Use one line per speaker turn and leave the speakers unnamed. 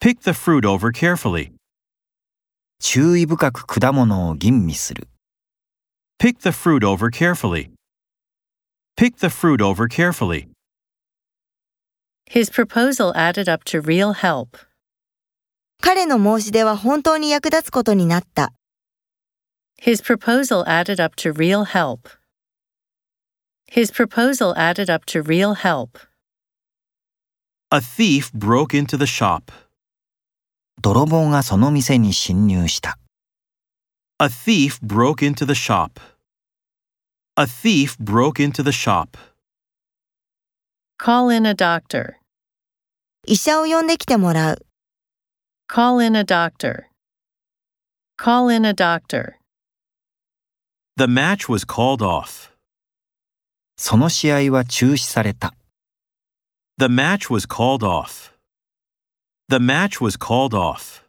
Pick the fruit over carefully.
注意深く果物を吟味する。
Pick the fruit over carefully. Pick the fruit over carefully.
His proposal added up to real help.
彼の申し出は本当に役立つことになった。
His proposal added up to real help. His proposal added up to real help.
A thief broke into the shop.
泥棒がその店に侵入した。
A thief broke into the shop. A thief broke into the shop.
Call in a doctor.
医者を呼んできてもらう。
Call in a doctor. Call in a doctor.
The match was called off.
その試合は中止された。
The match was called off. The match was called off.